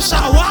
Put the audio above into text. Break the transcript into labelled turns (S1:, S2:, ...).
S1: shall